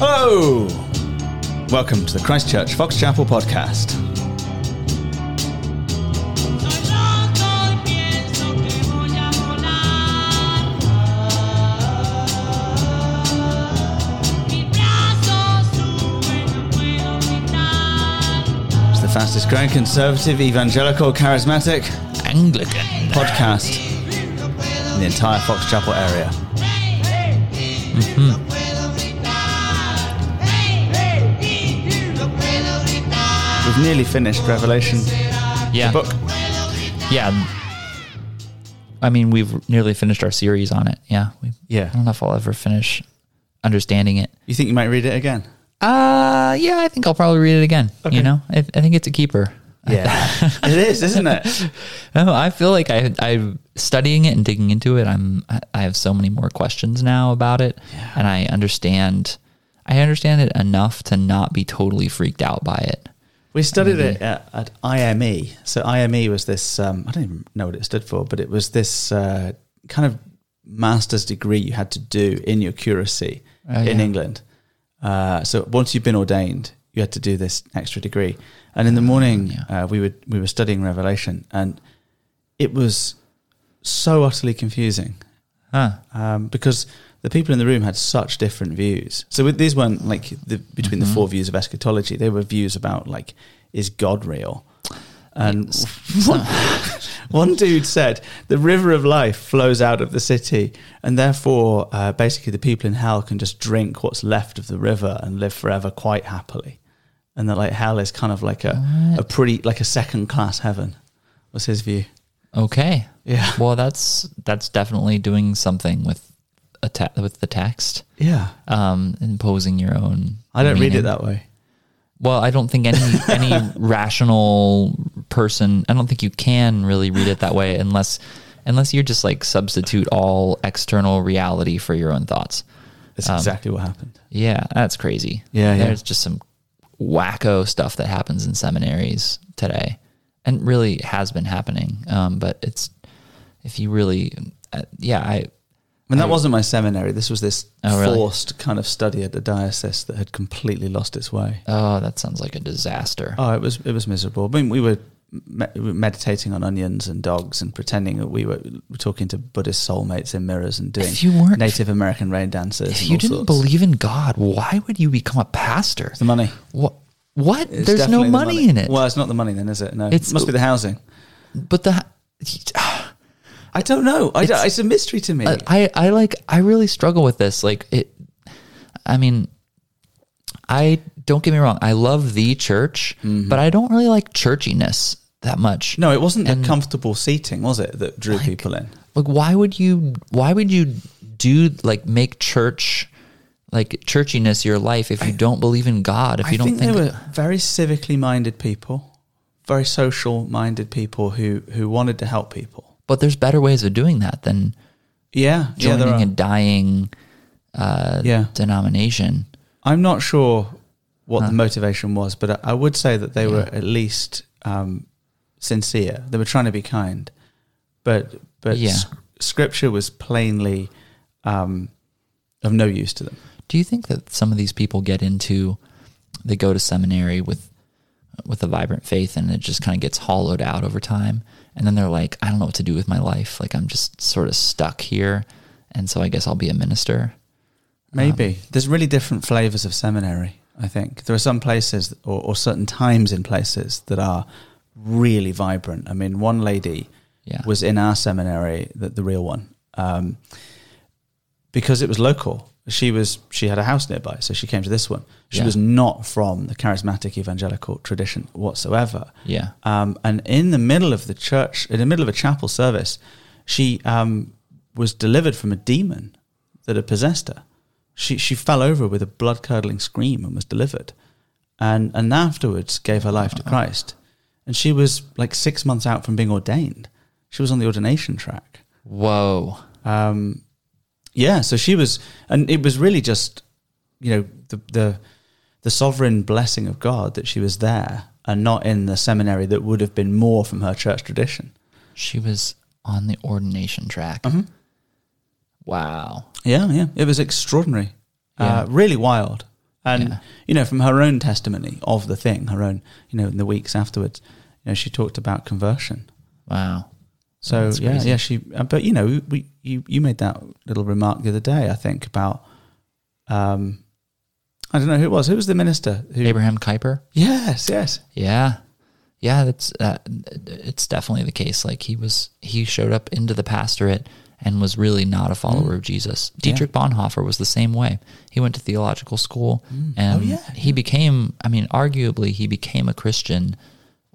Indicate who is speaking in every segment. Speaker 1: Hello! Welcome to the Christchurch Fox Chapel podcast.
Speaker 2: Soy loco y pienso que voy a volar. Mis brazos suben, no puedo gritar.
Speaker 1: It's the fastest growing conservative, evangelical, charismatic
Speaker 3: Anglican.
Speaker 1: podcast in the entire Fox Chapel area.
Speaker 2: Hey, no puedo gritar. Hey, no puedo gritar.
Speaker 1: We've nearly finished Revelation,
Speaker 3: Yeah.
Speaker 1: the book.
Speaker 3: Yeah. I mean, we've nearly finished our series on it. Yeah. We,
Speaker 1: Yeah.
Speaker 3: I don't know if I'll ever finish understanding it.
Speaker 1: You think you might read it again?
Speaker 3: Uh, yeah, I think I'll probably read it again.
Speaker 1: Okay.
Speaker 3: You know, I, I think it's a keeper.
Speaker 1: Yeah. it is, isn't it?
Speaker 3: Oh, I feel like I, I'm studying it and digging into it. I'm, I- I have so many more questions now about it, and I understand, I understand it enough to not be totally freaked out by it.
Speaker 1: We studied it at, at IME. So IME was this, um, I don't even know what it stood for, but it was this uh, kind of master's degree you had to do in your curacy
Speaker 3: Oh,
Speaker 1: in
Speaker 3: yeah.
Speaker 1: England. Uh, so once you've been ordained, you had to do this extra degree. And in the morning, uh, we, would, we were studying Revelation and it was so utterly confusing
Speaker 3: Huh?
Speaker 1: um, because the people in the room had such different views. So with, these weren't like the, between the four views of eschatology; they were views about like, is God real? And one, one dude said, "The river of life flows out of the city, and therefore, uh, basically, the people in hell can just drink what's left of the river and live forever quite happily." And that like hell is kind of like a, a pretty like a second class heaven. Was his view?
Speaker 3: Okay.
Speaker 1: Yeah,
Speaker 3: Well, that's that's definitely doing something with a ta- with the text,
Speaker 1: yeah.
Speaker 3: um, imposing your own.
Speaker 1: I don't read
Speaker 3: meaning.
Speaker 1: it that way.
Speaker 3: Well, I don't think any any rational person. I don't think you can really read it that way unless unless you just like substitute all external reality for your own thoughts.
Speaker 1: That's exactly what happened.
Speaker 3: Yeah, that's crazy.
Speaker 1: Yeah, yeah.
Speaker 3: There's just some wacko stuff that happens in seminaries today, and really has been happening. Um, but it's if you really, uh, yeah, I
Speaker 1: I mean, that wasn't my seminary. This was this
Speaker 3: Oh, really?
Speaker 1: forced kind of study at the diocese that had completely lost its way.
Speaker 3: Oh, that sounds like a disaster.
Speaker 1: Oh, it was it was miserable. I mean, we were me- we were meditating on onions and dogs and pretending that we were talking to Buddhist soulmates in mirrors and doing
Speaker 3: If you weren't-
Speaker 1: Native American rain dances.
Speaker 3: if
Speaker 1: and
Speaker 3: you
Speaker 1: all
Speaker 3: didn't
Speaker 1: sorts.
Speaker 3: believe in God, why would you become a pastor?
Speaker 1: the money,
Speaker 3: What? What?
Speaker 1: It's
Speaker 3: There's no
Speaker 1: definitely the
Speaker 3: money, in it.
Speaker 1: Well, it's not the money then, is it? No, it
Speaker 3: It's-
Speaker 1: must be the housing.
Speaker 3: But the
Speaker 1: I don't know. I don't-
Speaker 3: It's-
Speaker 1: it's a mystery to me.
Speaker 3: I I like I really struggle with this. Like it. I mean, I don't get me wrong. I love the church, but I don't really like churchiness that much.
Speaker 1: Mm-hmm. no, it wasn't the comfortable seating, was it, that drew people in?
Speaker 3: like why would you why would you do like make church like churchiness your life if you don't believe in God if
Speaker 1: I
Speaker 3: you don't
Speaker 1: think,
Speaker 3: think,
Speaker 1: they were very civically minded people, very social minded people who who wanted to help people.
Speaker 3: but there's better ways of doing that than
Speaker 1: Yeah, yeah,
Speaker 3: joining
Speaker 1: there are.
Speaker 3: a dying
Speaker 1: yeah.
Speaker 3: denomination.
Speaker 1: I'm not sure what the motivation was, but I, I would say that they were at least um, sincere. They were trying to be kind, but but
Speaker 3: Yeah.
Speaker 1: s- scripture was plainly um, of no use to them.
Speaker 3: Do you think that some of these people get into they go to seminary with with a vibrant faith and it just kind of gets hollowed out over time and then they're like I don't know what to do with my life like I'm just sort of stuck here and so I guess I'll be a minister.
Speaker 1: Maybe Um, there's really different flavors of seminary. I think there are some places or, or certain times in places that are really vibrant. I mean, one lady
Speaker 3: Yeah.
Speaker 1: was in our seminary, the, the real one, um, because it was local. She was she had a house nearby, so she came to this one. She
Speaker 3: Yeah.
Speaker 1: was not from the charismatic evangelical tradition whatsoever.
Speaker 3: yeah.
Speaker 1: Um, and in the middle of the church, in the middle of a chapel service, she um, was delivered from a demon that had possessed her. She she fell over with a blood curdling scream and was delivered, and and afterwards gave her life to Christ. And she was like six months out from being ordained. She was on the ordination track.
Speaker 3: Whoa.
Speaker 1: Um, yeah, so she was, and it was really just, you know, the the the sovereign blessing of God that she was there and not in the seminary that would have been more from her church tradition.
Speaker 3: She was on the ordination track.
Speaker 1: Mm-hmm.
Speaker 3: Wow.
Speaker 1: Yeah, yeah, it was extraordinary, Uh, really wild. And
Speaker 3: Yeah.
Speaker 1: you know, from her own testimony of the thing, her own, you know, in the weeks afterwards, you know, she talked about conversion.
Speaker 3: Wow.
Speaker 1: So
Speaker 3: Oh, That's
Speaker 1: yeah,
Speaker 3: crazy.
Speaker 1: yeah, she. uh, But you know, we you you made that little remark the other day, I think, about um, I don't know who it was. Who was the minister? Who,
Speaker 3: Abraham Kuyper.
Speaker 1: Yes, yes,
Speaker 3: Yeah. Yeah, that's uh, it's definitely the case. Like he was he showed up into the pastorate and was really not a
Speaker 1: Mm.
Speaker 3: follower of Jesus. Dietrich Bonhoeffer was the same way. He went to theological school and
Speaker 1: Oh, yeah.
Speaker 3: he became I mean arguably he became a Christian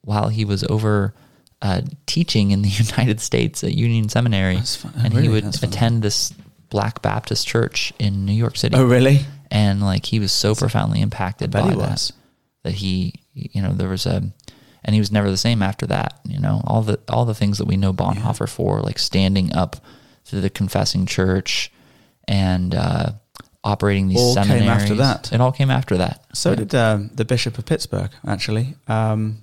Speaker 3: while he was over uh, teaching in the United States at Union Seminary
Speaker 1: That's fu-
Speaker 3: and
Speaker 1: really?
Speaker 3: he would
Speaker 1: That's funny.
Speaker 3: attend this Black Baptist church in New York City.
Speaker 1: Oh, really?
Speaker 3: And like he was so profoundly impacted
Speaker 1: bet
Speaker 3: by
Speaker 1: he
Speaker 3: that
Speaker 1: was.
Speaker 3: that he you know there was a and he was never the same after that you know all the all the things that we know bonhoeffer for like standing up to the confessing church and uh operating these
Speaker 1: All came after
Speaker 3: seminaries
Speaker 1: that.
Speaker 3: it all came after that
Speaker 1: So did um, the Bishop of Pittsburgh. Actually, um,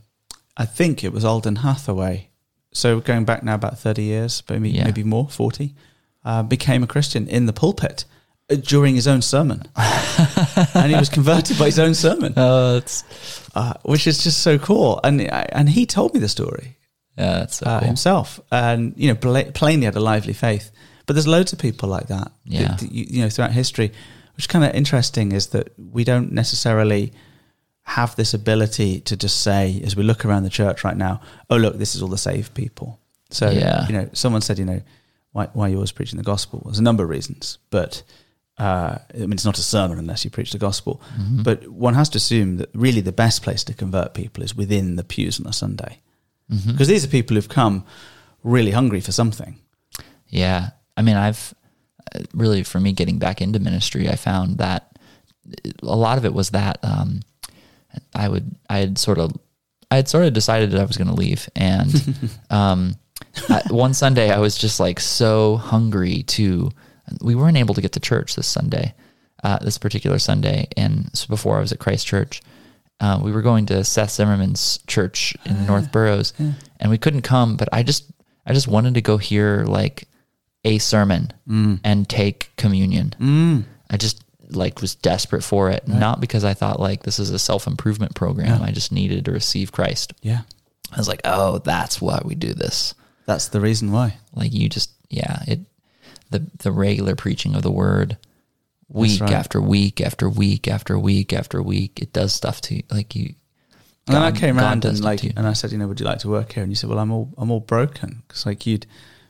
Speaker 1: I think it was Alden Hathaway. So going back now about thirty years, maybe
Speaker 3: Yeah.
Speaker 1: maybe more, forty, uh, became a Christian in the pulpit uh, during his own sermon, and he was converted by his own sermon.
Speaker 3: oh that's
Speaker 1: uh, which is just so cool. And uh, and he told me the story
Speaker 3: yeah that's so
Speaker 1: uh,
Speaker 3: cool
Speaker 1: himself, and you know, pla- plainly had a lively faith. But there's loads of people like that, that-
Speaker 3: Yeah.
Speaker 1: that you, you know, throughout history. Which kind of interesting is that we don't necessarily have this ability to just say, as we look around the church right now, "Oh, look, this is all the saved people." So
Speaker 3: Yeah.
Speaker 1: you know, someone said, you know, why why you always preaching the gospel? Well, There's a number of reasons, but uh, I mean, it's not a sermon unless you preach the gospel.
Speaker 3: Mm-hmm.
Speaker 1: But one has to assume that really the best place to convert people is within the pews on a Sunday, because
Speaker 3: Mm-hmm.
Speaker 1: these are people who've come really hungry for something.
Speaker 3: Yeah. I mean, I've uh, really, for me, getting back into ministry, I found that a lot of it was that um, I would, I had sort of, I had sort of decided that I was going to leave. And um, I, one Sunday, I was just like so hungry to, we weren't able to get to church this Sunday, uh, this particular Sunday. And so before I was at Christ Church, uh, we were going to Seth Zimmerman's church in the North Burrows, and we couldn't come. But I just, I just wanted to go hear like a sermon and take communion. I just like was desperate for it, not because I thought like this is a self improvement program. I just needed to receive Christ.
Speaker 1: Yeah,
Speaker 3: I was like, oh, that's why we do this.
Speaker 1: that's the reason why.
Speaker 3: Like you just, yeah, it the the regular preaching of the word week
Speaker 1: right.
Speaker 3: after week after week after week after week. It does stuff to you. like you.
Speaker 1: And then I
Speaker 3: God-
Speaker 1: came
Speaker 3: God
Speaker 1: around and
Speaker 3: does it
Speaker 1: like,
Speaker 3: to you.
Speaker 1: and I said, you know, would you like to work here? And you said, well, I'm all, I'm all broken because like you'd,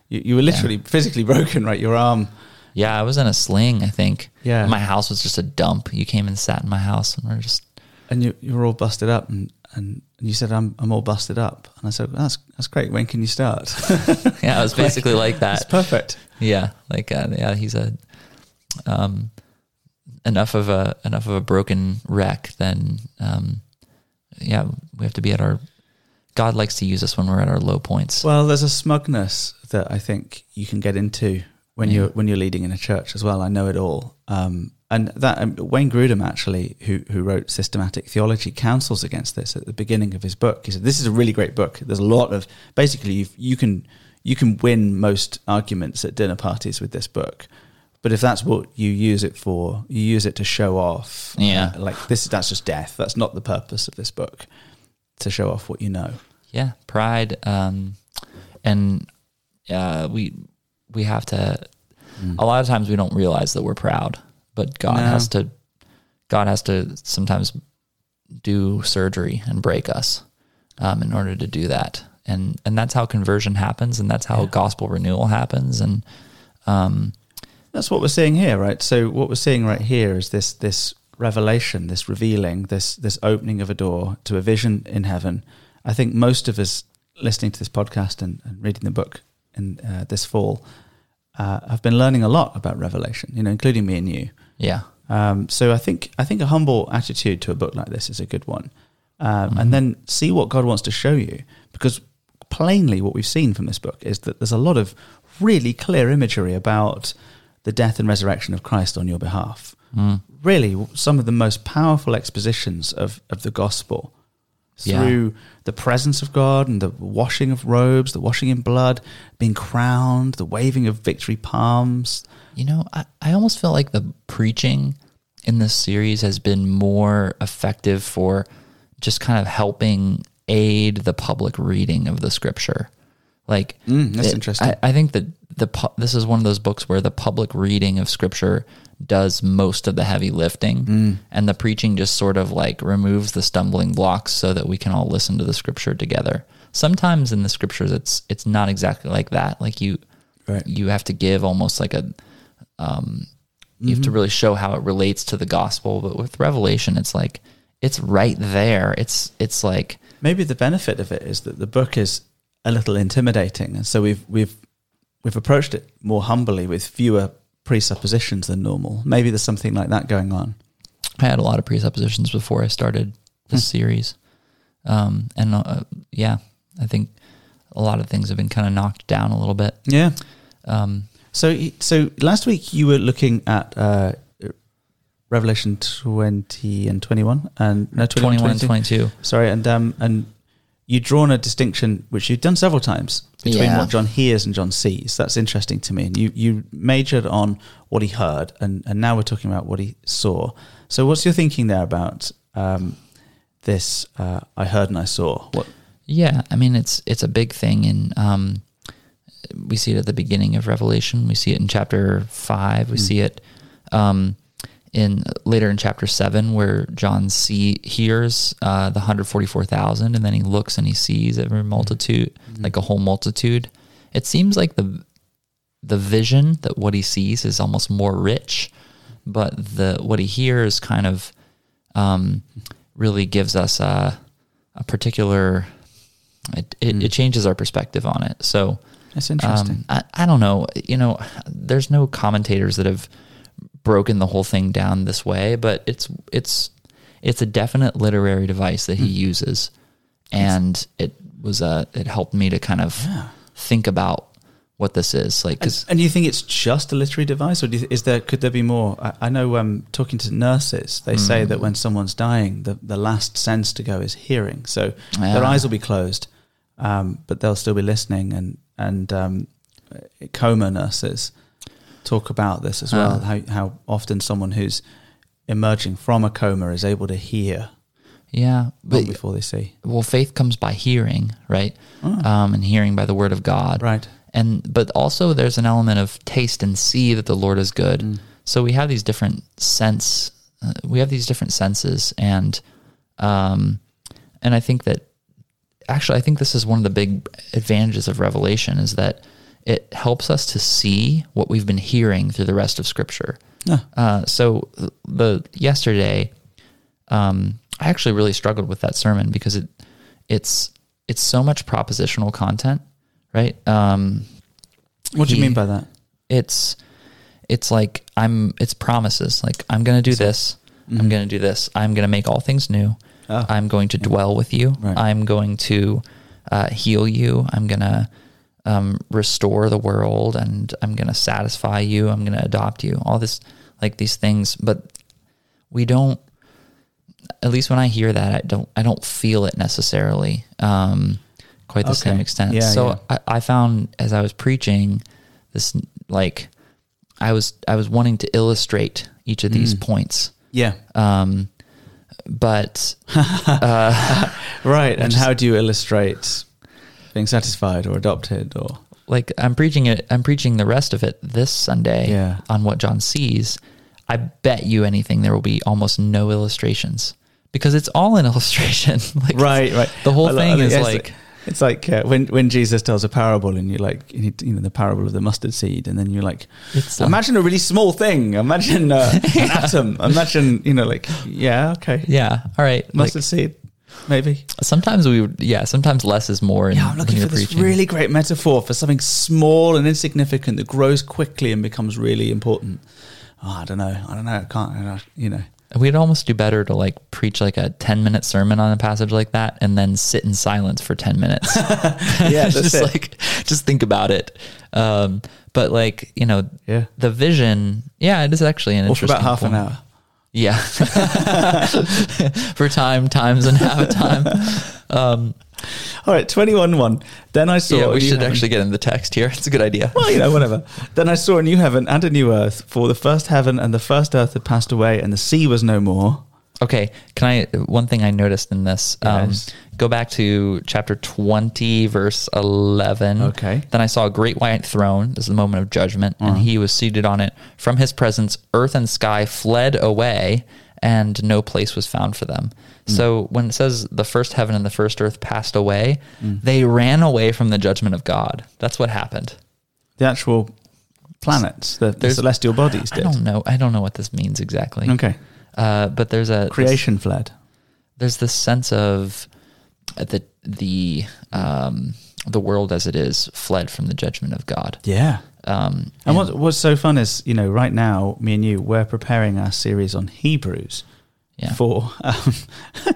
Speaker 1: you, you were literally physically broken, right? Your arm.
Speaker 3: Yeah, I was in a sling. I think.
Speaker 1: Yeah.
Speaker 3: my house was just a dump. You came and sat in my house, and we're just
Speaker 1: and you you were all busted up and and and you said I'm I'm all busted up and I said that's that's great when can you start
Speaker 3: yeah, it was basically like
Speaker 1: that's
Speaker 3: that.
Speaker 1: perfect
Speaker 3: Yeah, like uh, yeah, he's a um enough of a enough of a broken wreck. Then um yeah, we have to be at our. God likes to use us when we're at our low points.
Speaker 1: well there's a smugness that I think you can get into when
Speaker 3: Yeah.
Speaker 1: you're when you're leading in a church as well I know it all um and that um, Wayne Grudem actually who who wrote systematic theology counsels against this at the beginning of his book he said this is a really great book there's a lot of basically you you can you can win most arguments at dinner parties with this book but if that's what you use it for you use it to show off
Speaker 3: Yeah.
Speaker 1: like this that's just death that's not the purpose of this book to show off what you know
Speaker 3: Yeah, pride, um, and uh, we we have to. A lot of times we don't realize that we're proud, but God
Speaker 1: No.
Speaker 3: has to. God has to sometimes do surgery and break us um, in order to do that, and and that's how conversion happens, and that's how gospel renewal happens, and um,
Speaker 1: That's what we're seeing here, right? So what we're seeing right here is this this revelation, this revealing, this this opening of a door to a vision in heaven. I think most of us listening to this podcast and, and reading the book in uh, this fall uh, have been learning a lot about revelation, you know, including me and you.
Speaker 3: yeah,
Speaker 1: Um, so I think I think a humble attitude to a book like this is a good one, um, and then see what God wants to show you because plainly what we've seen from this book is that there's a lot of really clear imagery about the death and resurrection of Christ on your behalf. Really, some of the most powerful expositions of of the gospel
Speaker 3: Yeah.
Speaker 1: through the presence of God and the washing of robes, the washing in blood, being crowned, the waving of victory palms.
Speaker 3: You know, I, I almost feel like the preaching in this series has been more effective for just kind of helping aid the public reading of the scripture. Like
Speaker 1: Mm, that's interesting.
Speaker 3: I, I think that the pu- this is one of those books where the public reading of scripture does most of the heavy lifting,
Speaker 1: Mm.
Speaker 3: and the preaching just sort of like removes the stumbling blocks so that we can all listen to the scripture together. Sometimes in the scriptures, it's it's not exactly like that. Like you,
Speaker 1: Right.
Speaker 3: you have to give almost like a you have to really show how it relates to the gospel but with revelation it's like it's right there it's it's like
Speaker 1: Maybe the benefit of it is that the book is a little intimidating, and so we've we've we've approached it more humbly with fewer presuppositions than normal. Maybe there's something like that going on.
Speaker 3: i had a lot of presuppositions before i started this series um and uh, yeah i think a lot of things have been kind of knocked down a little bit
Speaker 1: Yeah.
Speaker 3: um
Speaker 1: So y- so last week you were looking at uh, Revelation 20 and 21 and no 21,
Speaker 3: 21 and
Speaker 1: 22.
Speaker 3: 22
Speaker 1: Sorry, and um and you've drawn a distinction which you've done several times between
Speaker 3: Yeah.
Speaker 1: what John hears and John sees. That's interesting to me. And you you majored on what he heard, and and now we're talking about what he saw. So what's your thinking there about um this? Uh, I heard and I saw. What?
Speaker 3: Yeah, I mean it's it's a big thing, and um, we see it at the beginning of Revelation. We see it in chapter five. We see it um, in later in chapter seven, where John see hears uh, the hundred forty four thousand, and then he looks and he sees every multitude, like a whole multitude. It seems like the the vision that what he sees is almost more rich, but the what he hears kind of um, really gives us a, a particular. It, it, it changes our perspective on it. So
Speaker 1: That's
Speaker 3: um,
Speaker 1: interesting.
Speaker 3: I, I don't know. You know, there's no commentators that have broken the whole thing down this way, but it's it's it's a definite literary device that he uses, and it was a it helped me to kind of think about what this is like. 'cause-
Speaker 1: And you think it's just a literary device, or do you, is there could there be more? I, I know um, talking to nurses, they say that when someone's dying, the, the last sense to go is hearing. So their
Speaker 3: Ah.
Speaker 1: eyes will be closed, um, but they'll still be listening. And and um, uh, coma nurses talk about this as well. How how often someone who's emerging from a coma is able to hear
Speaker 3: yeah,
Speaker 1: long
Speaker 3: but
Speaker 1: before they see.
Speaker 3: well, faith comes by hearing, right? Um, and hearing by the word of God,
Speaker 1: Ah. Right.
Speaker 3: and but also there's an element of taste and see that the Lord is good.
Speaker 1: Mm.
Speaker 3: So we have these different sense, uh, we have these different senses, and um, and I think that actually I think this is one of the big advantages of Revelation is that it helps us to see what we've been hearing through the rest of Scripture.
Speaker 1: Ah.
Speaker 3: Uh, so the yesterday, um, I actually really struggled with that sermon because it it's it's so much propositional content, right? Um,
Speaker 1: What do you
Speaker 3: He-
Speaker 1: mean by that?
Speaker 3: it's it's like I'm it's promises. Like I'm going to do this. I'm going to do this. I'm going to make all things new.
Speaker 1: Mm-hmm. Ah.
Speaker 3: I'm going to dwell with you.
Speaker 1: Right.
Speaker 3: I'm going to uh, heal you. I'm going to um, restore the world, and I'm going to satisfy you. I'm going to adopt you. All this, like these things, but we don't. At least when I hear that, I don't. I don't feel it necessarily, um, quite the
Speaker 1: Okay.
Speaker 3: same extent.
Speaker 1: Yeah,
Speaker 3: so
Speaker 1: yeah.
Speaker 3: I, I found as I was preaching this, like I was I was wanting to illustrate each of
Speaker 1: Mm.
Speaker 3: these points,
Speaker 1: Yeah.
Speaker 3: um, but
Speaker 1: right. And how do you illustrate being satisfied or adopted or?
Speaker 3: like I'm preaching it, I'm preaching the rest of it this Sunday
Speaker 1: Yeah.
Speaker 3: on what John sees. I bet you anything there will be almost no illustrations because it's all an illustration. like it's-
Speaker 1: right right
Speaker 3: The whole
Speaker 1: I love-
Speaker 3: thing
Speaker 1: I
Speaker 3: is
Speaker 1: guess
Speaker 3: like
Speaker 1: it's like uh, when when jesus tells a parable and you like you, need, you know the parable of the mustard seed and then you're like
Speaker 3: It's like-
Speaker 1: imagine a really small thing imagine uh, an atom imagine you know like yeah okay
Speaker 3: yeah, all right. Like,
Speaker 1: mustard seed maybe
Speaker 3: sometimes we would yeah, sometimes less is more. in-
Speaker 1: yeah i'm
Speaker 3: when
Speaker 1: looking
Speaker 3: you're
Speaker 1: for this
Speaker 3: preaching.
Speaker 1: really great metaphor for something small and insignificant that grows quickly and becomes really important oh, i don't know i don't know i can't I don't- you know
Speaker 3: We'd almost do better to like preach like a ten minute sermon on a passage like that and then sit in silence for ten minutes.
Speaker 1: yeah that's
Speaker 3: just
Speaker 1: it.
Speaker 3: like just think about it. Um, but like you know,
Speaker 1: Yeah.
Speaker 3: the vision. Yeah, it is actually an
Speaker 1: or for
Speaker 3: interesting.
Speaker 1: about half an
Speaker 3: point.
Speaker 1: hour
Speaker 3: Yeah, for time, times, and half a time. Um,
Speaker 1: All right, 21 1. Then I saw.
Speaker 3: yeah,
Speaker 1: a
Speaker 3: we
Speaker 1: new
Speaker 3: should
Speaker 1: heaven-
Speaker 3: actually get in the text here. It's a good idea.
Speaker 1: Well, you know, whatever. then I saw a new heaven and a new earth, for the first heaven and the first earth had passed away, and the sea was no more.
Speaker 3: Okay, can I? One thing I noticed in this,
Speaker 1: Yes.
Speaker 3: um, go back to chapter twenty, verse eleven.
Speaker 1: Okay. Uh-huh.
Speaker 3: Then I saw a great white throne. This is the moment of judgment, and he was seated on it. From his presence, earth and sky fled away, and no place was found for them.
Speaker 1: Hmm.
Speaker 3: So when it says the first heaven and the first earth passed away,
Speaker 1: Hmm.
Speaker 3: they ran away from the judgment of God. That's what happened.
Speaker 1: The actual planets, the, the
Speaker 3: There's-
Speaker 1: celestial bodies
Speaker 3: I
Speaker 1: did.
Speaker 3: don't know. I don't know what this means exactly.
Speaker 1: Okay.
Speaker 3: Uh, but there's a this-
Speaker 1: Creation fled.
Speaker 3: there's this sense of uh, the the um, the world as it is fled from the judgment of God.
Speaker 1: Yeah.
Speaker 3: Um,
Speaker 1: And what, what's so fun is, you know, right now, me and you, we're preparing our series on Hebrews
Speaker 3: Yeah.
Speaker 1: for um,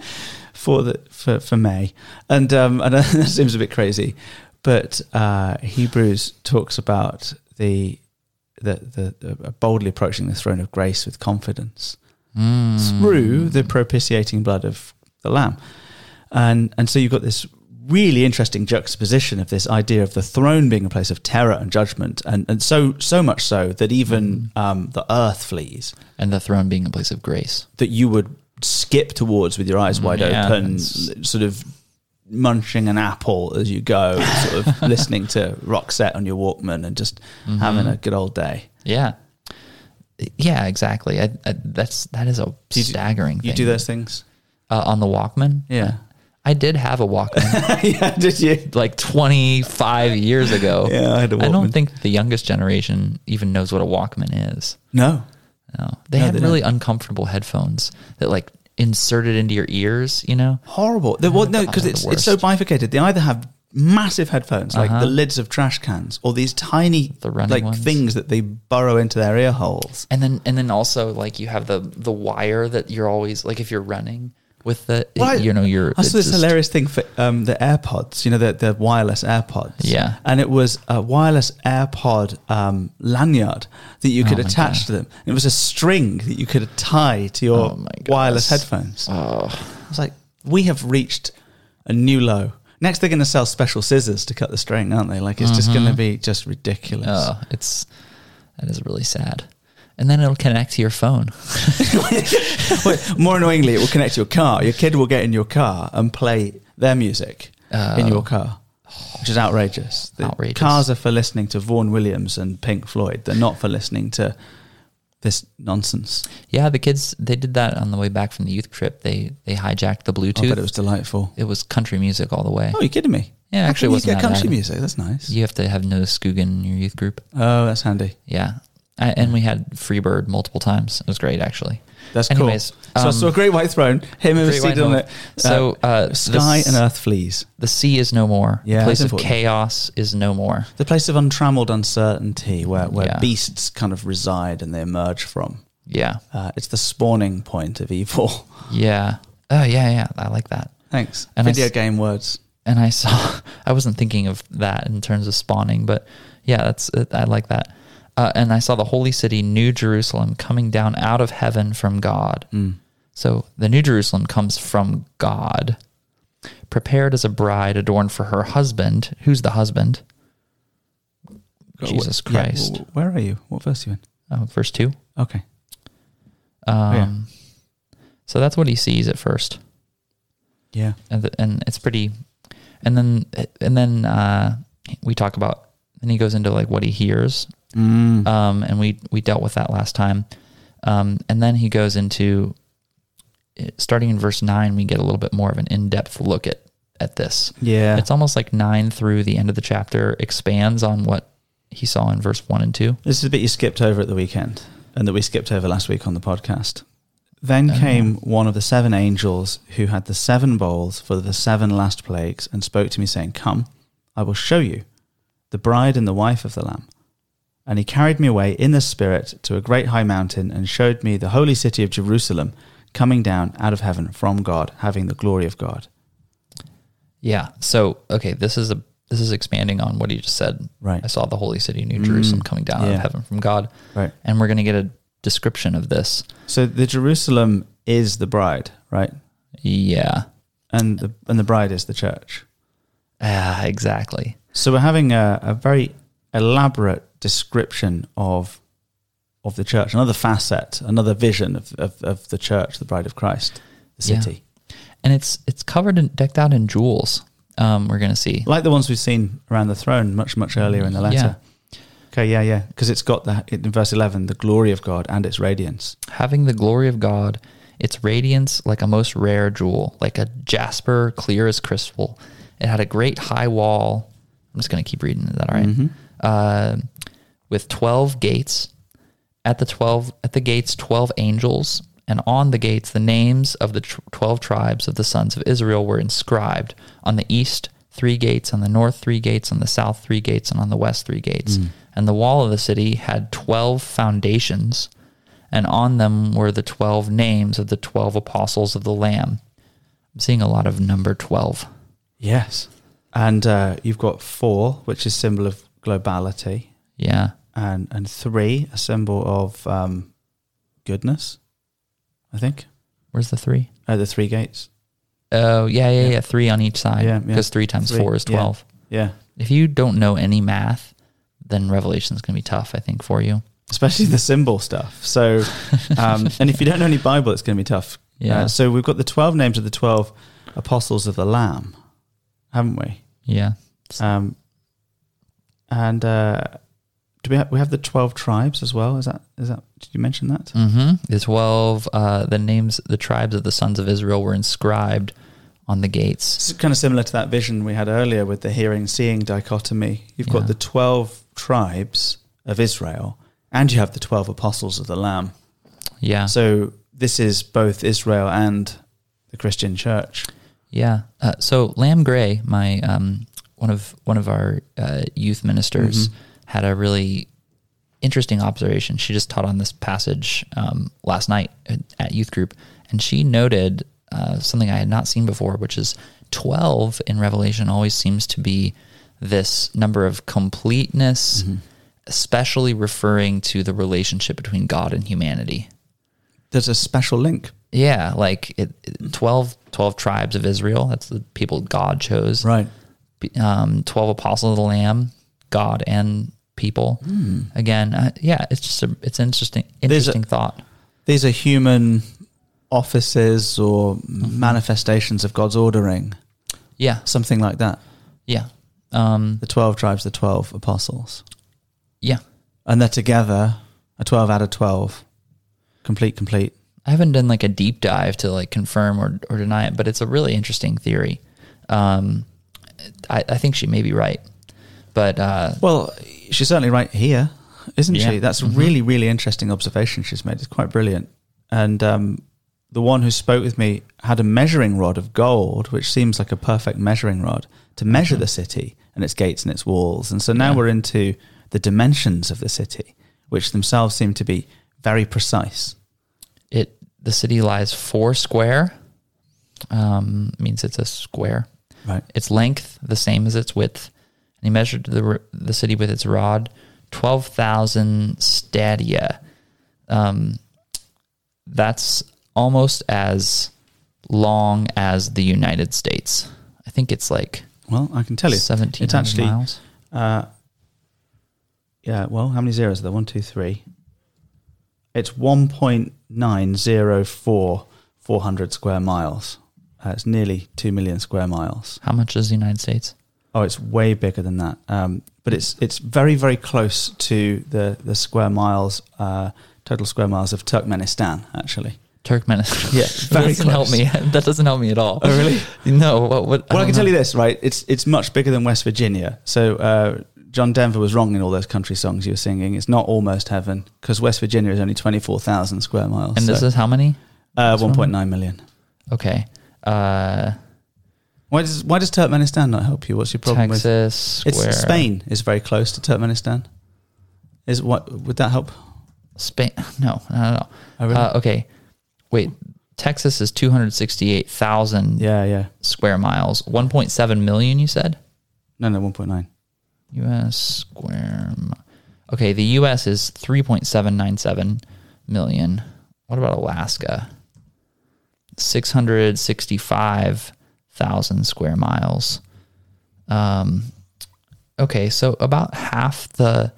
Speaker 1: for the for, for May, and um, and that seems a bit crazy, but uh, Hebrews talks about the the, the the boldly approaching the throne of grace with confidence through the propitiating blood of the Lamb, and and so you've got this really interesting juxtaposition of this idea of the throne being a place of terror and judgment, and and so so much so that even
Speaker 3: Mm-hmm.
Speaker 1: um, the earth flees
Speaker 3: and the throne being a place of grace.
Speaker 1: that you would skip towards with your eyes wide
Speaker 3: Mm, yeah,
Speaker 1: open,
Speaker 3: that's-
Speaker 1: sort of munching an apple as you go, sort of listening to rock set on your Walkman and just
Speaker 3: Mm-hmm.
Speaker 1: having a good old day.
Speaker 3: Yeah, yeah, exactly. I, I, that's that is a
Speaker 1: you do-
Speaker 3: staggering.
Speaker 1: You
Speaker 3: thing.
Speaker 1: do those things?
Speaker 3: uh, on the Walkman. Uh,
Speaker 1: Yeah.
Speaker 3: I did have a Walkman
Speaker 1: yeah, did you?
Speaker 3: like 25 years ago.
Speaker 1: Yeah, I had a
Speaker 3: I
Speaker 1: Walkman.
Speaker 3: don't think the youngest generation even knows what a Walkman is.
Speaker 1: No.
Speaker 3: No, they
Speaker 1: No,
Speaker 3: had
Speaker 1: they
Speaker 3: really uncomfortable headphones that like inserted into your ears. You know,
Speaker 1: Horrible. The, well, no,
Speaker 3: Oh,
Speaker 1: because
Speaker 3: the
Speaker 1: it's, it's so
Speaker 3: worst. Uh-huh.
Speaker 1: bifurcated. They either have massive headphones, like the lids of trash cans, or these tiny
Speaker 3: The running
Speaker 1: like
Speaker 3: ones.
Speaker 1: things that they burrow into their ear holes.
Speaker 3: and then and then also like you have the the wire that you're always like if you're running with the
Speaker 1: Well, I-
Speaker 3: you know you're
Speaker 1: I saw
Speaker 3: it's
Speaker 1: this
Speaker 3: just-
Speaker 1: hilarious thing for um, the AirPods. You know the the wireless AirPods.
Speaker 3: Yeah.
Speaker 1: and it was a wireless AirPod um, lanyard that you could
Speaker 3: Oh my
Speaker 1: attach
Speaker 3: God.
Speaker 1: to them. It was a string that you could tie to your
Speaker 3: Oh my goodness.
Speaker 1: wireless headphones.
Speaker 3: Oh,
Speaker 1: I was like, we have reached a new low. Next, they're going to sell special scissors to cut the string, aren't they? Like it's just going to
Speaker 3: Mm-hmm.
Speaker 1: be just ridiculous.
Speaker 3: oh, it's that is really sad. And then it'll connect to your phone.
Speaker 1: Wait, more annoyingly, it will connect to your car. Your kid will get in your car and play their music in your car, which is outrageous. The
Speaker 3: Oh. Outrageous.
Speaker 1: Cars are for listening to Vaughan Williams and Pink Floyd. They're not for listening to this nonsense.
Speaker 3: Yeah, the kids they did that on the way back from the youth trip. They they hijacked the
Speaker 1: Oh, I
Speaker 3: Bluetooth.
Speaker 1: bet it was delightful.
Speaker 3: It was country music all the way.
Speaker 1: Oh, you're kidding me?
Speaker 3: Yeah,
Speaker 1: How
Speaker 3: actually,
Speaker 1: come
Speaker 3: it
Speaker 1: you
Speaker 3: wasn't
Speaker 1: get
Speaker 3: that
Speaker 1: country
Speaker 3: bad.
Speaker 1: music. That's nice.
Speaker 3: You have to have no skoog in your youth group.
Speaker 1: Oh, that's handy.
Speaker 3: Yeah. I, and we had Freebird multiple times. It was great, actually.
Speaker 1: That's
Speaker 3: Anyways,
Speaker 1: cool. So I
Speaker 3: um,
Speaker 1: saw a great white throne. Him who was
Speaker 3: Great White
Speaker 1: seated on
Speaker 3: Throne.
Speaker 1: it.
Speaker 3: So, uh,
Speaker 1: sky
Speaker 3: this-
Speaker 1: and earth flees.
Speaker 3: The sea is no more.
Speaker 1: Yeah,
Speaker 3: the place
Speaker 1: that's
Speaker 3: of
Speaker 1: important.
Speaker 3: chaos is no more.
Speaker 1: The place of untrammeled uncertainty, where where
Speaker 3: Yeah.
Speaker 1: beasts kind of reside and they emerge from.
Speaker 3: Yeah.
Speaker 1: Uh, it's the spawning point of evil.
Speaker 3: Yeah. Oh, yeah, yeah. I like that.
Speaker 1: Thanks.
Speaker 3: And I
Speaker 1: Video
Speaker 3: s-
Speaker 1: game words.
Speaker 3: And I saw, I wasn't thinking of that in terms of spawning, but yeah, that's, I like that. Uh, and I saw the holy city, New Jerusalem, coming down out of heaven from God.
Speaker 1: Mm.
Speaker 3: So the New Jerusalem comes from God, prepared as a bride adorned for her husband. Who's the husband? Jesus
Speaker 1: Yeah, w-
Speaker 3: Christ.
Speaker 1: w- where are you? What verse are you
Speaker 3: Oh, verse 2.
Speaker 1: in? Okay.
Speaker 3: Um,
Speaker 1: Oh, yeah.
Speaker 3: So that's what he sees at first.
Speaker 1: Yeah.
Speaker 3: and, th and it's pretty and then and then uh, we talk about then he goes into like what he hears
Speaker 1: Mm. Uh,
Speaker 3: um, and we we dealt with that last time um, and then he goes into eh, starting in verse 9 we get a little bit more of an in-depth look at at this
Speaker 1: Yeah.
Speaker 3: it's almost like 9 through the end of the chapter expands on what he saw in verse 1 and 2
Speaker 1: This is the bit you skipped over at the weekend and that we skipped over last week on the podcast. Then came one of the seven angels who had the seven bowls for the seven last plagues and spoke to me, saying, Come, I will show you the bride and the wife of the Lamb. And he carried me away in the Spirit to a great high mountain and showed me the holy city of Jerusalem coming down out of heaven from God, having the glory of God.
Speaker 3: Yeah. So okay, this is a this is expanding on what he just said.
Speaker 1: Right.
Speaker 3: I saw the holy city, New Jerusalem, coming down out
Speaker 1: Mm. yeah.
Speaker 3: of heaven from God.
Speaker 1: Right.
Speaker 3: And we're gonna get a description of this.
Speaker 1: So the Jerusalem is the bride, right?
Speaker 3: Yeah.
Speaker 1: And the and the bride is the church.
Speaker 3: Yeah, Ah, exactly.
Speaker 1: So we're having a, a very elaborate description of of the church, another facet, another vision of, of, of the church, the bride of Christ, the
Speaker 3: Yeah.
Speaker 1: city.
Speaker 3: And it's it's covered and decked out in jewels. Um, we're gonna see.
Speaker 1: Like the ones we've seen around the throne much, much earlier in the letter. Okay, yeah, yeah. Because it's got the, in verse 11, the glory of God and its radiance.
Speaker 3: having the glory of God, its radiance like a most rare jewel, like a jasper clear as crystal. It had a great high wall. I'm just going to keep reading. Is that all right?
Speaker 1: Mm-hmm.
Speaker 3: Uh, with twelve gates, at the twelve at the gates twelve angels, and on the gates the names of the tr- twelve tribes of the sons of Israel were inscribed. On the east three gates, on the north three gates, on the south three gates, and on the west three gates. And the wall of the city had twelve foundations and on them were the 12 names of the 12 apostles of the Lamb. I'm seeing a lot of number 12.
Speaker 1: Yes. And uh, you've got four, which is symbol of globality,
Speaker 3: Yeah.
Speaker 1: and, and three, a symbol of um, goodness, I think,
Speaker 3: Where's the three?
Speaker 1: at the three gates.
Speaker 3: Oh, yeah, yeah, yeah. Three on each side.
Speaker 1: Yeah, yeah.
Speaker 3: Because three times
Speaker 1: Three,
Speaker 3: four is
Speaker 1: yeah.
Speaker 3: 12.
Speaker 1: Yeah.
Speaker 3: If you don't know any math, then Revelation's going to be tough, I think, for you.
Speaker 1: especially the symbol stuff. So, um, and if you don't know any Bible, it's going to be tough.
Speaker 3: Yeah.
Speaker 1: Uh, so we've got the twelve names of the twelve apostles of the Lamb, haven't we?
Speaker 3: Yeah.
Speaker 1: Um, and uh, do we have, we have the twelve tribes as well? Is that is that? Did you mention that?
Speaker 3: Mm-hmm. The 12, uh, the names, the tribes of the sons of Israel were inscribed on the gates.
Speaker 1: It's kind of similar to that vision we had earlier with the hearing seeing dichotomy. You've
Speaker 3: Yeah.
Speaker 1: got the twelve tribes of Israel, and you have the twelve apostles of the Lamb.
Speaker 3: Yeah.
Speaker 1: So this is both Israel and the Christian Church.
Speaker 3: Yeah. Uh, so Lamb Gray, my um, one of one of our uh, youth ministers, had a really interesting observation. She just taught on this passage um, last night at- at youth group, and she noted uh, something I had not seen before, which is twelve in Revelation always seems to be this number of completeness, especially referring to the relationship between God and humanity.
Speaker 1: There's a special link.
Speaker 3: Yeah, like it, it- 12, 12 tribes of Israel. That's the people God chose.
Speaker 1: Right.
Speaker 3: Be- Um, 12 apostles of the Lamb, God and people. Again, uh, yeah, it's just a, it's an interesting,
Speaker 1: Hmm. There's a-
Speaker 3: interesting thought.
Speaker 1: These are human offices or manifestations of God's ordering,
Speaker 3: Yeah,
Speaker 1: something like that.
Speaker 3: yeah, um,
Speaker 1: The 12 tribes, the 12 apostles.
Speaker 3: yeah.
Speaker 1: And they're together, a 12 out of 12. Complete, complete.
Speaker 3: I haven't done like a deep dive to like confirm or, or deny it, but it's a really interesting theory. Um, I, I think she may be right, but uh,
Speaker 1: Well, she's certainly right here, isn't
Speaker 3: Yeah. Mm-hmm.
Speaker 1: she? That's a really, really interesting observation she's made. It's quite brilliant. And um, the one who spoke with me had a measuring rod of gold, which seems like a perfect measuring rod to
Speaker 3: Mm-hmm.
Speaker 1: measure the city and its gates and its walls. And so now we're into the dimensions of the city, which themselves seem to be very precise.
Speaker 3: it the city lies four square, um, means it's a square.
Speaker 1: Right.
Speaker 3: its length the same as its width. And he measured the r- the city with its rod, twelve thousand stadia. Um, that's almost as long as the United States. I think it's like
Speaker 1: Well, I can tell you.
Speaker 3: seventeen
Speaker 1: It's
Speaker 3: hundred
Speaker 1: actually,
Speaker 3: miles.
Speaker 1: uh, yeah, well, how many zeros are there? One, two, three. It's 1.904 400 square miles. Uh, it's nearly 2 million square miles.
Speaker 3: How much is the United States?
Speaker 1: Oh, it's way bigger than that. Um, but it's it's very very close to the the square miles uh, total square miles of Turkmenistan actually.
Speaker 3: Turkmenistan.
Speaker 1: Yeah,
Speaker 3: that
Speaker 1: very
Speaker 3: doesn't help me. That doesn't help me at all.
Speaker 1: Oh, really?
Speaker 3: No. What? what
Speaker 1: Well, I,
Speaker 3: don't
Speaker 1: can tell
Speaker 3: know.
Speaker 1: you this, right? It's it's much bigger than West Virginia. So uh, John Denver was wrong in all those country songs you were singing. It's not almost heaven because West Virginia is only twenty four thousand square miles.
Speaker 3: And
Speaker 1: so,
Speaker 3: this is how many?
Speaker 1: uh,
Speaker 3: this one?
Speaker 1: one point nine million.
Speaker 3: Okay. Uh,
Speaker 1: Why does why does Turkmenistan not help you? What's your problem with?
Speaker 3: Texas.
Speaker 1: It's
Speaker 3: square.
Speaker 1: Spain is very close to Turkmenistan. Is what would that help?
Speaker 3: Spain. No, no, no. no.
Speaker 1: Oh, really?
Speaker 3: Uh, okay, wait. Texas is two hundred sixty-eight thousand
Speaker 1: Yeah, yeah.
Speaker 3: square miles. One point seven million. You said
Speaker 1: No, no, one point nine.
Speaker 3: U.S. square. mi- Okay, the U.S. is three point seven nine seven million. What about Alaska? Six hundred sixty-five thousand square miles. Um, okay, so about half the,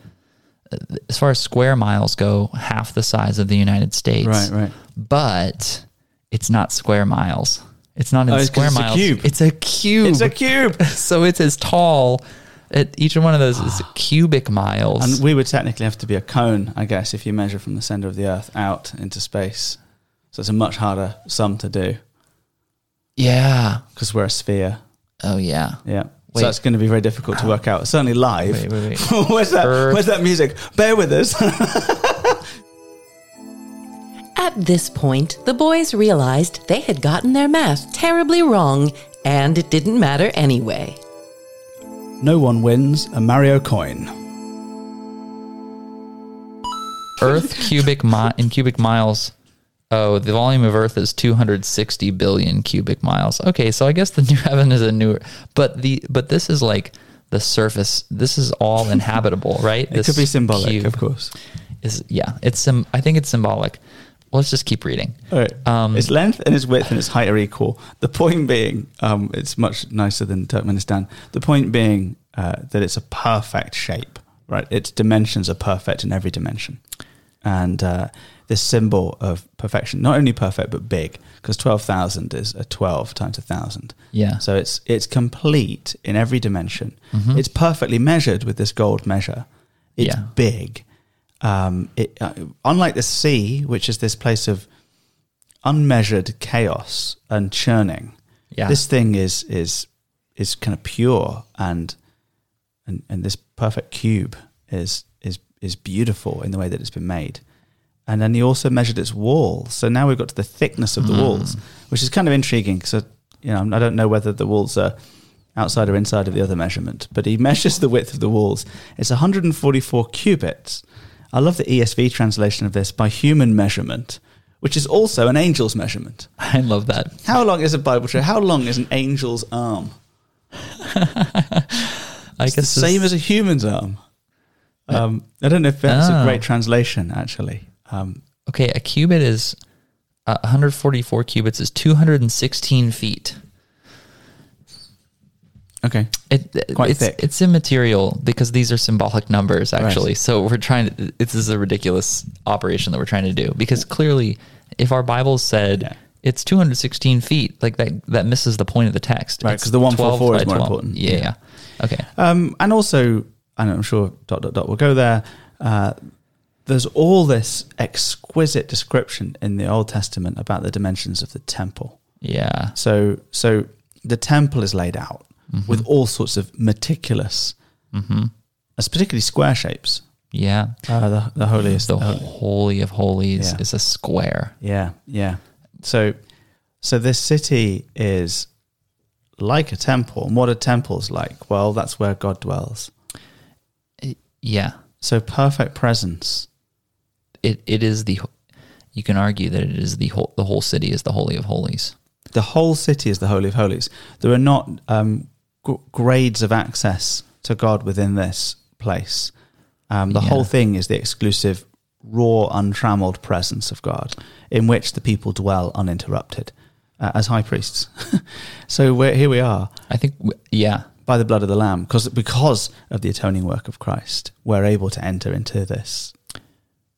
Speaker 3: as far as square miles go, half the size of the United States.
Speaker 1: Right, right.
Speaker 3: But it's not square miles. It's not in
Speaker 1: Oh, it's 'cause
Speaker 3: square
Speaker 1: it's a
Speaker 3: miles.
Speaker 1: cube.
Speaker 3: It's a cube.
Speaker 1: It's a cube.
Speaker 3: so it's as tall. It, each one of those is cubic miles.
Speaker 1: Ah. And we would technically have to be a cone, I guess, if you measure from the center of the Earth out into space. So it's a much harder sum to do
Speaker 3: yeah.
Speaker 1: because we're a sphere.
Speaker 3: Oh yeah.
Speaker 1: Yeah.
Speaker 3: Wait.
Speaker 1: So that's going to be very difficult to work out. Certainly live.
Speaker 3: Wait, wait, wait.
Speaker 1: where's that?
Speaker 3: Earth.
Speaker 1: Where's that music? Bear with us.
Speaker 4: At this point, the boys realized they had gotten their math terribly wrong, and it didn't matter anyway.
Speaker 1: no one wins a Mario coin.
Speaker 3: Earth cubic mi- in cubic miles. Oh, the volume of Earth is 260 billion cubic miles. Okay, so I guess the new heaven is a newer, but the but this is like the surface. This is all inhabitable, right?
Speaker 1: It
Speaker 3: This
Speaker 1: could be symbolic,
Speaker 3: cube
Speaker 1: of course.
Speaker 3: Is yeah, it's sim- I think it's symbolic. Well, let's just keep reading.
Speaker 1: All right.
Speaker 3: Um,
Speaker 1: its length and its width and its height are equal. The point being, um, it's much nicer than Turkmenistan. The point being uh, that it's a perfect shape, right? Its dimensions are perfect in every dimension. And uh, this symbol of perfection, not only perfect, but big, because 12,000 is a 12 times a 1,000.
Speaker 3: Yeah. Mm-hmm.
Speaker 1: So it's, it's complete in every dimension. It's perfectly measured with this gold measure. It's
Speaker 3: Yeah.
Speaker 1: big. Um, it, uh, unlike the sea, which is this place of unmeasured chaos and churning.
Speaker 3: Yeah.
Speaker 1: This thing is is is kind of pure and and and this perfect cube is is is beautiful in the way that it's been made. And then he also measured its walls. So now we've got to the thickness of the walls, which is kind of intriguing. So you know, I don't know whether the walls are outside or inside of the other measurement, but he measures the width of the walls. It's 144 cubits. I love the ESV translation of this by human measurement, which is also an angel's measurement.
Speaker 3: I love that.
Speaker 1: How long is a Bible tree? How long is an angel's arm?
Speaker 3: I
Speaker 1: It's the
Speaker 3: guess this-
Speaker 1: same as a human's arm. Um, I don't know if that's
Speaker 3: Ah.
Speaker 1: a great translation, actually. Um,
Speaker 3: okay. A cubit is uh, 144 cubits is 216 feet.
Speaker 1: okay.
Speaker 3: It,
Speaker 1: Quite
Speaker 3: it's,
Speaker 1: thick.
Speaker 3: It's immaterial because these are symbolic numbers, actually. So we're trying to. This is a ridiculous operation that we're trying to do because clearly, if our Bible said
Speaker 1: Yeah.
Speaker 3: it's 216 feet, like that, that misses the point of the text.
Speaker 1: Right,
Speaker 3: It's
Speaker 1: 'cause the 144
Speaker 3: 12
Speaker 1: is
Speaker 3: by
Speaker 1: more
Speaker 3: 12.
Speaker 1: important.
Speaker 3: Yeah,
Speaker 1: Yeah.
Speaker 3: yeah. Okay.
Speaker 1: Um, and also, and I'm sure dot dot dot will go there. Uh, there's all this exquisite description in the Old Testament about the dimensions of the temple.
Speaker 3: Yeah.
Speaker 1: So, so the temple is laid out
Speaker 3: Mm-hmm.
Speaker 1: with all sorts of meticulous, as particularly square shapes.
Speaker 3: Yeah.
Speaker 1: Uh, the, the holiest,
Speaker 3: The
Speaker 1: uh,
Speaker 3: holy of holies
Speaker 1: Yeah.
Speaker 3: is a square.
Speaker 1: Yeah, yeah. So, so this city is like a temple. And what are temples like? Well, that's where God dwells.
Speaker 3: Yeah.
Speaker 1: So perfect presence.
Speaker 3: It it is the. You can argue that it is the whole the whole city is the holy of holies.
Speaker 1: The whole city is the holy of holies. There are not um, g- grades of access to God within this place. Um, the
Speaker 3: Yeah.
Speaker 1: whole thing is the exclusive, raw, untrammeled presence of God, in which the people dwell uninterrupted uh, as high priests. so we're, here we are.
Speaker 3: I think. w- Yeah.
Speaker 1: by the blood of the lamb because because of the atoning work of Christ we're able to enter into this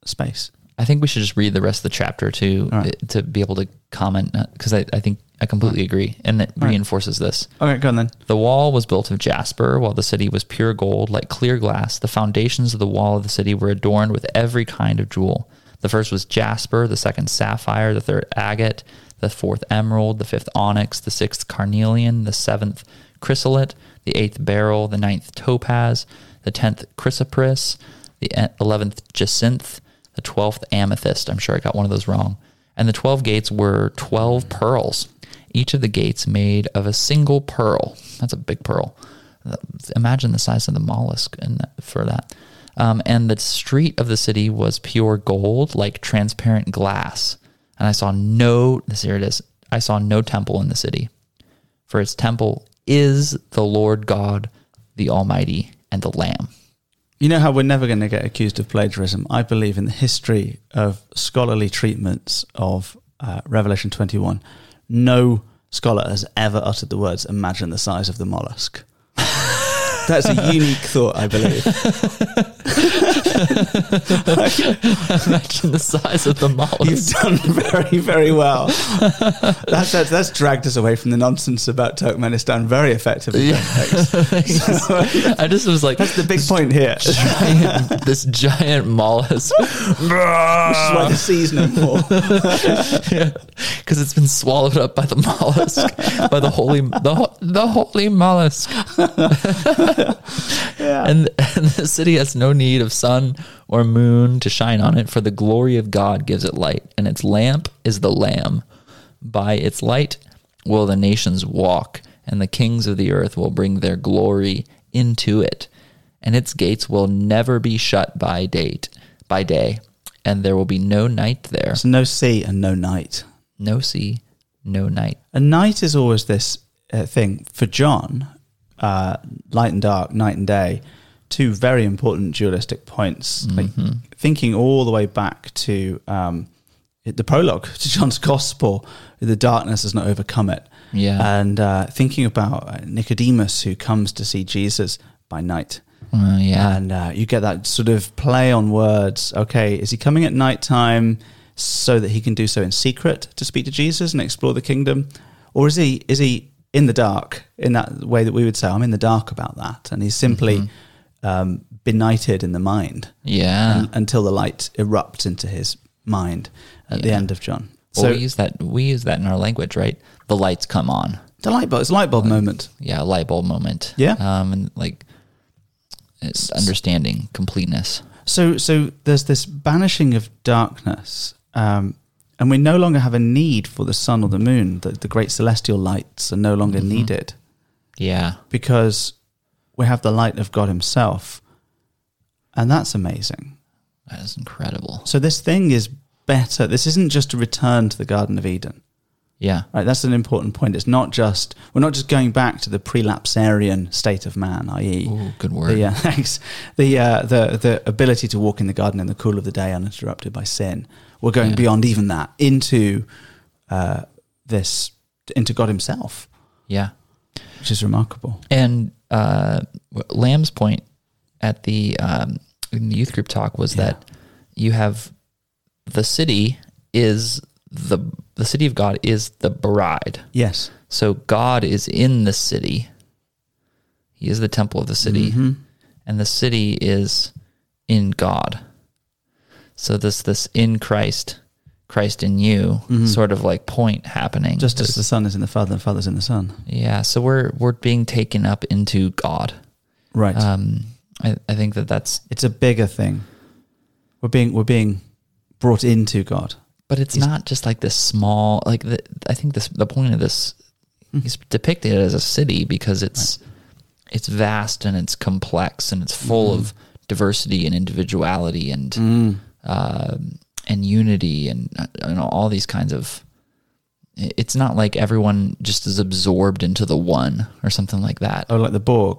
Speaker 1: space
Speaker 3: I think we should just read the rest of the chapter to
Speaker 1: All right.
Speaker 3: to be able to comment because I, I think I completely agree and that
Speaker 1: All right.
Speaker 3: reinforces this.
Speaker 1: okay go on then
Speaker 3: The wall was built of jasper, while the city was pure gold, like clear glass. The foundations of the wall of the city were adorned with every kind of jewel. The first was jasper, the second sapphire, the third agate, the fourth emerald, the fifth onyx, the sixth carnelian, the seventh chrysolite, the eighth beryl, the ninth topaz, the tenth chrysoprase, the e- eleventh jacinth, the twelfth amethyst. I'm sure I got one of those wrong. And the twelve gates were twelve pearls each of the gates made of a single pearl. That's a big pearl. Imagine the size of the mollusk in that, for that. Um, and the street of the city was pure gold, like transparent glass. And I saw no, this here it is. I saw no temple in the city, for its temple is the Lord God, the Almighty, and the Lamb.
Speaker 1: you know how we're never going to get accused of plagiarism I believe in the history of scholarly treatments of uh, Revelation 21 no scholar has ever uttered the words imagine the size of the mollusk That's a unique thought, I believe.
Speaker 3: Imagine the size of the
Speaker 1: You've
Speaker 3: mollusk.
Speaker 1: done very, very well. That's, that's, that's dragged us away from the nonsense about Turkmenistan very effectively.
Speaker 3: I just was like,
Speaker 1: That's the big point here. Which is
Speaker 3: giant, this giant mollusk
Speaker 1: why the sea's no more.
Speaker 3: because it's been swallowed up by the mollusk, by the holy the, ho- the holy mollusk,
Speaker 1: Yeah.
Speaker 3: and, and the city has no need of sun or moon to shine on it, for the glory of God gives it light, and its lamp is the Lamb. By its light will the nations walk, and the kings of the earth will bring their glory into it, and its gates will never be shut by date by day, and there will be no night there,
Speaker 1: So no sea and no night.
Speaker 3: no sea, no night.
Speaker 1: And night is always this uh, thing for John, uh, light and dark, night and day, two very important dualistic points. Like thinking all the way back to um, the prologue to John's Gospel, the darkness has not overcome it.
Speaker 3: Yeah.
Speaker 1: and uh, thinking about uh, Nicodemus who comes to see Jesus by night.
Speaker 3: Uh, yeah.
Speaker 1: And uh, you get that sort of play on words. Okay, is he coming at nighttime so that he can do so in secret to speak to Jesus and explore the kingdom, or is he is he in the dark in that way that we would say I'm in the dark about that, and he's simply um, benighted in the mind
Speaker 3: Yeah.
Speaker 1: un- until the light erupts into his mind at the
Speaker 3: Yeah.
Speaker 1: end of John.
Speaker 3: Well,
Speaker 1: So
Speaker 3: we use that we use that in our language, right? The lights come on.
Speaker 1: the light bulb, it's a light bulb moment.
Speaker 3: Yeah, light bulb moment.
Speaker 1: Yeah.
Speaker 3: Um and like it's understanding, completeness.
Speaker 1: So, so there's this banishing of darkness, um, and we no longer have a need for the sun or the moon. The, the great celestial lights are no longer needed
Speaker 3: Yeah.
Speaker 1: because we have the light of God Himself, and that's amazing.
Speaker 3: That is incredible.
Speaker 1: So this thing is better. This isn't just a return to the Garden of Eden.
Speaker 3: Yeah.
Speaker 1: Right, that's an important point. It's not just we're not just going back to the prelapsarian state of man, i.e.,
Speaker 3: Ooh, good word.
Speaker 1: the uh, thanks. The uh, the the ability to walk in the garden in the cool of the day, uninterrupted by sin. We're going
Speaker 3: Yeah.
Speaker 1: beyond even that into uh, this into God Himself,
Speaker 3: Yeah.
Speaker 1: which is remarkable.
Speaker 3: And uh Lamb's point at the um in the youth group talk was
Speaker 1: Yeah.
Speaker 3: that you have the city is the the city of God is the bride.
Speaker 1: Yes,
Speaker 3: So God is in the city. He is the temple of the city,
Speaker 1: Mm-hmm.
Speaker 3: and the city is in God. So this this in Christ, Christ in you, sort of like point happening.
Speaker 1: Mm-hmm. just as the Son is in the Father, the Father's in the Son.
Speaker 3: yeah. So we're we're being taken up into God.
Speaker 1: Right.
Speaker 3: Um, I, I think that that's,
Speaker 1: Uh, it's a bigger thing. We're being we're being brought into God.
Speaker 3: but it's not just like this small. Like the, I think this the point of this, he's depicted it as a city because it's it's vast and it's complex and it's full of diversity and individuality and
Speaker 1: Mm.
Speaker 3: um and unity and uh, and all these kinds of. i- It's not like everyone just is absorbed into the one or something like that.
Speaker 1: Oh, like the Borg.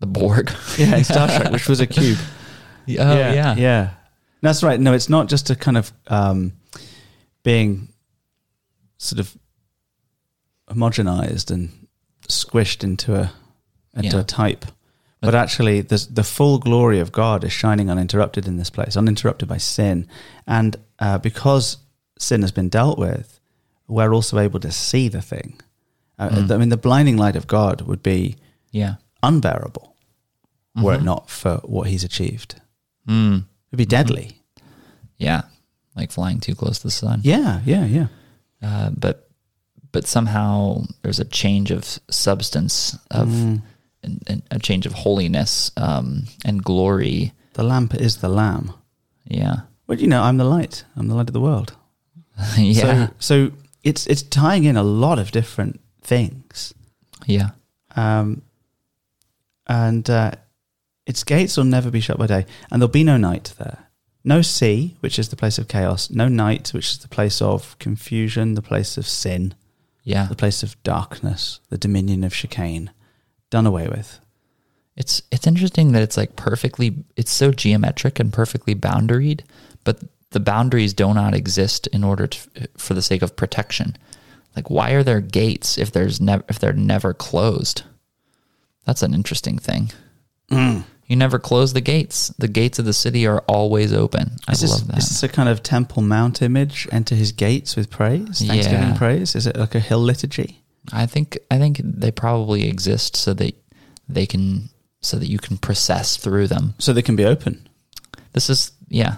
Speaker 3: The Borg.
Speaker 1: Yeah, in Star Trek, which was a cube.
Speaker 3: oh yeah.
Speaker 1: yeah. That's right. No, it's not just a kind of um, being sort of homogenized and squished into a into
Speaker 3: Yeah.
Speaker 1: a type, but actually, there's, the full glory of God is shining uninterrupted in this place, uninterrupted by sin, and uh, because sin has been dealt with, we're also able to see the thing. Uh, I mean, the blinding light of God would be
Speaker 3: Yeah.
Speaker 1: unbearable were it not for what he's achieved. It'd be deadly.
Speaker 3: Hmm. Yeah. Like flying too close to the sun.
Speaker 1: Yeah, yeah, yeah.
Speaker 3: uh, but but somehow there's a change of substance of and, and a change of holiness um, and glory.
Speaker 1: The lamp is the lamb.
Speaker 3: Yeah,
Speaker 1: But you know, I'm the light. I'm the light of the world.
Speaker 3: yeah,
Speaker 1: So, so it's it's tying in a lot of different things,
Speaker 3: yeah,
Speaker 1: um, and uh, its gates will never be shut by day, and there'll be no night there. No sea, which is the place of chaos. No night, which is the place of confusion, the place of sin.
Speaker 3: yeah.
Speaker 1: the place of darkness, the dominion of chicane, done away with.
Speaker 3: It's it's interesting that it's like perfectly. It's so geometric and perfectly boundaried, but the boundaries do not exist in order to, for the sake of protection. Like, why are there gates if there's never if they're never closed? That's an interesting thing. You never close the gates. The gates of the city are always open. I
Speaker 1: Is this,
Speaker 3: love
Speaker 1: is
Speaker 3: that.
Speaker 1: this a kind of Temple Mount image? Enter his gates with praise, Thanksgiving
Speaker 3: Yeah.
Speaker 1: praise. Is it like a hill liturgy?
Speaker 3: I think I think they probably exist so that they can so that you can process through them.
Speaker 1: So they can be open.
Speaker 3: This is yeah.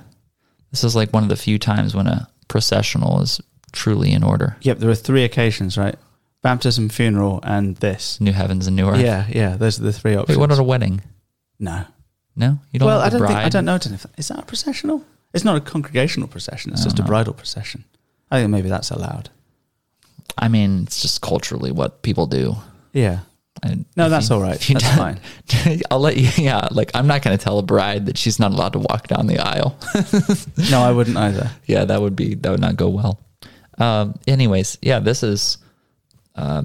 Speaker 3: This is like one of the few times when a processional is truly in order.
Speaker 1: Yep, there are three occasions, right? Baptism, funeral, and this.
Speaker 3: New heavens and new earth.
Speaker 1: Yeah, yeah. Those are the three options.
Speaker 3: Wait, what about a wedding?
Speaker 1: no.
Speaker 3: No, you don't.
Speaker 1: Well, I
Speaker 3: have the
Speaker 1: don't
Speaker 3: bride.
Speaker 1: think I don't know. I don't know if- Is that a processional? It's not a congregational procession. It's just a bridal procession. I think maybe that's allowed.
Speaker 3: I mean, it's just culturally what people do.
Speaker 1: Yeah.
Speaker 3: And
Speaker 1: No,
Speaker 3: if
Speaker 1: that's
Speaker 3: you-
Speaker 1: all right.
Speaker 3: if you
Speaker 1: That's
Speaker 3: don't-
Speaker 1: fine.
Speaker 3: I'll let you. Yeah, like I'm not going to tell a bride that she's not allowed to walk down the aisle.
Speaker 1: No, I wouldn't either.
Speaker 3: yeah, that would be that would not go well. Um, anyways, yeah, this is
Speaker 1: Yeah.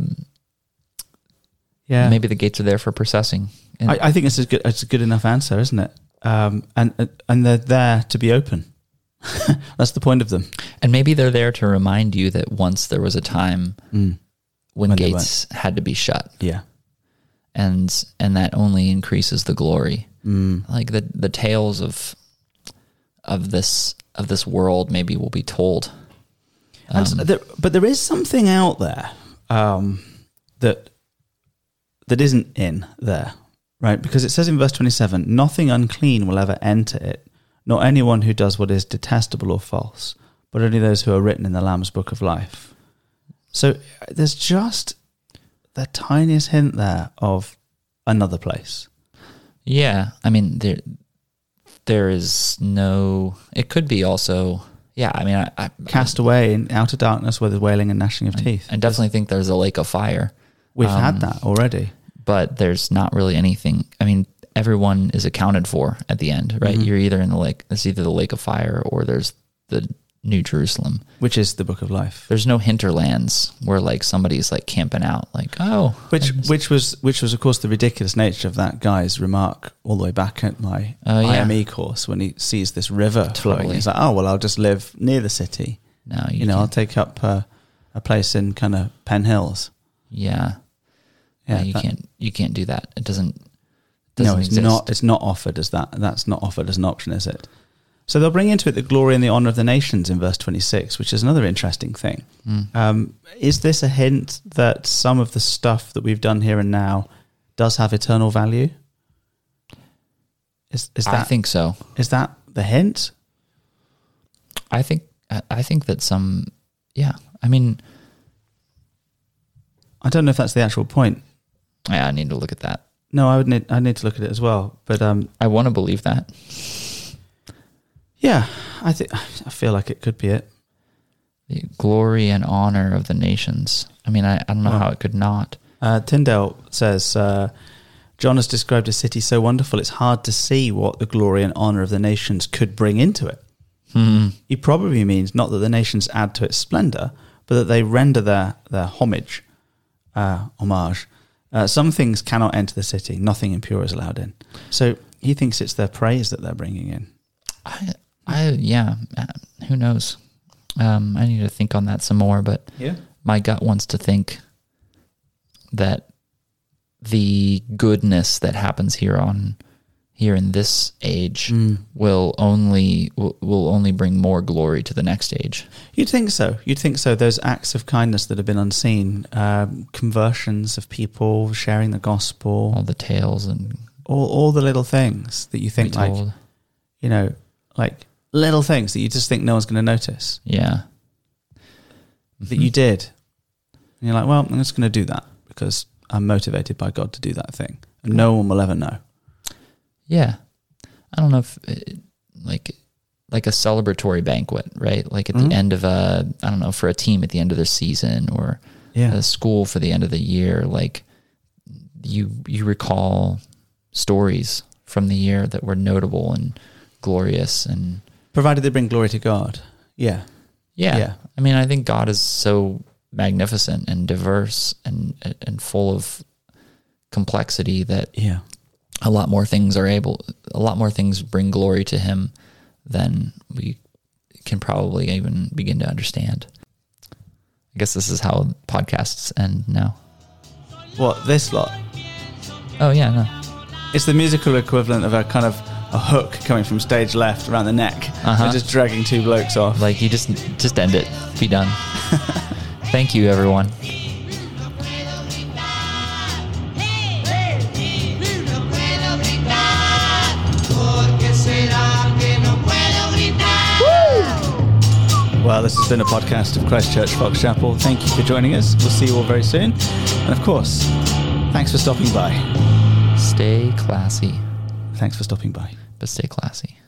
Speaker 3: maybe the gates are there for processing. And
Speaker 1: I, I think it's a good it's a good enough answer, isn't it? Um, and and they're there to be open. That's the point of them.
Speaker 3: And maybe they're there to remind you that once there was a time when,
Speaker 1: When they
Speaker 3: gates had to be shut,
Speaker 1: Yeah.
Speaker 3: and and that only increases the glory. Mm. Like the the tales of of this of this world maybe will be told. Um,
Speaker 1: And there, but there is something out there um, that that isn't in there, right? Because it says in verse twenty-seven, "Nothing unclean will ever enter it, nor anyone who does what is detestable or false, but only those who are written in the Lamb's Book of Life." So uh, there's just the tiniest hint there of another place.
Speaker 3: Yeah, I mean there there is no. It could be also. Yeah, I mean I I,
Speaker 1: Cast away in outer darkness, where there's wailing and gnashing of teeth.
Speaker 3: I definitely think there's a lake of fire.
Speaker 1: We've had that already.
Speaker 3: but there's not really anything. I mean, everyone is accounted for at the end,
Speaker 1: Mm-hmm.
Speaker 3: right? You're either in the lake, it's either the lake of fire or there's the New Jerusalem.
Speaker 1: Which is the book of life.
Speaker 3: There's no hinterlands where like somebody's like camping out, like, oh,
Speaker 1: Which, which was, which was, of course, the ridiculous nature of that guy's remark all the way back at my
Speaker 3: Oh, yeah.
Speaker 1: IME course when he sees this river flowing.
Speaker 3: Totally.
Speaker 1: He's like, "Oh well, I'll just live near the city.
Speaker 3: no, you,
Speaker 1: You know, I'll
Speaker 3: can't-
Speaker 1: take up uh, a place in kind of Penn Hills."
Speaker 3: yeah,
Speaker 1: Yeah,
Speaker 3: yeah, you
Speaker 1: that-
Speaker 3: can't, you can't do that. It doesn't, doesn't
Speaker 1: no, it's
Speaker 3: exist.
Speaker 1: not. It's not offered as that. That's not offered as an option, is it? So they'll bring into it the glory and the honor of the nations in verse twenty-six, which is another interesting thing.
Speaker 3: Hmm.
Speaker 1: Um, is this a hint that some of the stuff that we've done here and now does have eternal value? Is, is
Speaker 3: I
Speaker 1: that
Speaker 3: think so.
Speaker 1: is that the hint?
Speaker 3: I think, I- I think that some, yeah, I mean,
Speaker 1: I don't know if that's the actual point.
Speaker 3: yeah, I need to look at that.
Speaker 1: No, I would need I need to look at it as well. But um,
Speaker 3: I want to believe that.
Speaker 1: yeah, I think I feel like it could be it.
Speaker 3: the glory and honor of the nations. I mean, I, I don't know how it could not.
Speaker 1: Uh, Tyndale says uh, John has described a city so wonderful it's hard to see what the glory and honor of the nations could bring into it. He probably means not that the nations add to its splendor, but that they render their their homage, uh, homage. Uh, some things cannot enter the city; nothing impure is allowed in. So he thinks it's their praise that they're bringing in.
Speaker 3: I, I yeah, uh, who knows? Um, I need to think on that some more, but
Speaker 1: Yeah.
Speaker 3: my gut wants to think that the goodness that happens here on here in this age
Speaker 1: Mm.
Speaker 3: will only will, will only bring more glory to the next age.
Speaker 1: You'd think so. You'd think so. Those acts of kindness that have been unseen, um, conversions of people, sharing the gospel,
Speaker 3: All the tales and
Speaker 1: all, all the little things that you think like
Speaker 3: told.
Speaker 1: you know like little things that you just think no one's going to notice
Speaker 3: yeah.
Speaker 1: that you did and you're like well i'm just going to do that because i'm motivated by god to do that thing and no one will ever know
Speaker 3: Yeah, I don't know if it, like like a celebratory banquet, right? Like at
Speaker 1: Mm-hmm.
Speaker 3: the end of a I don't know for a team at the end of their season or
Speaker 1: Yeah.
Speaker 3: a uh, school for the end of the year. Like you you recall stories from the year that were notable and glorious and
Speaker 1: provided they bring glory to god yeah
Speaker 3: yeah.
Speaker 1: Yeah.
Speaker 3: I mean, I think God is so magnificent and diverse and and full of complexity that
Speaker 1: yeah
Speaker 3: a lot more things are able a lot more things bring glory to him than we can probably even begin to understand i guess this is how podcasts end now
Speaker 1: what this lot
Speaker 3: Oh yeah, no.
Speaker 1: It's the musical equivalent of a kind of a hook coming from stage left around the neck
Speaker 3: Uh-huh.
Speaker 1: and just dragging two blokes off.
Speaker 3: Like you just just end it. Be done. Thank you, everyone.
Speaker 2: Porque será que no puedo gritar?
Speaker 1: Well, this has been a podcast of Christchurch Fox Chapel. Thank you for joining us. We'll see you all very soon. And of course, thanks for stopping by.
Speaker 3: Stay classy,
Speaker 1: Thanks for stopping by.
Speaker 3: but stay classy.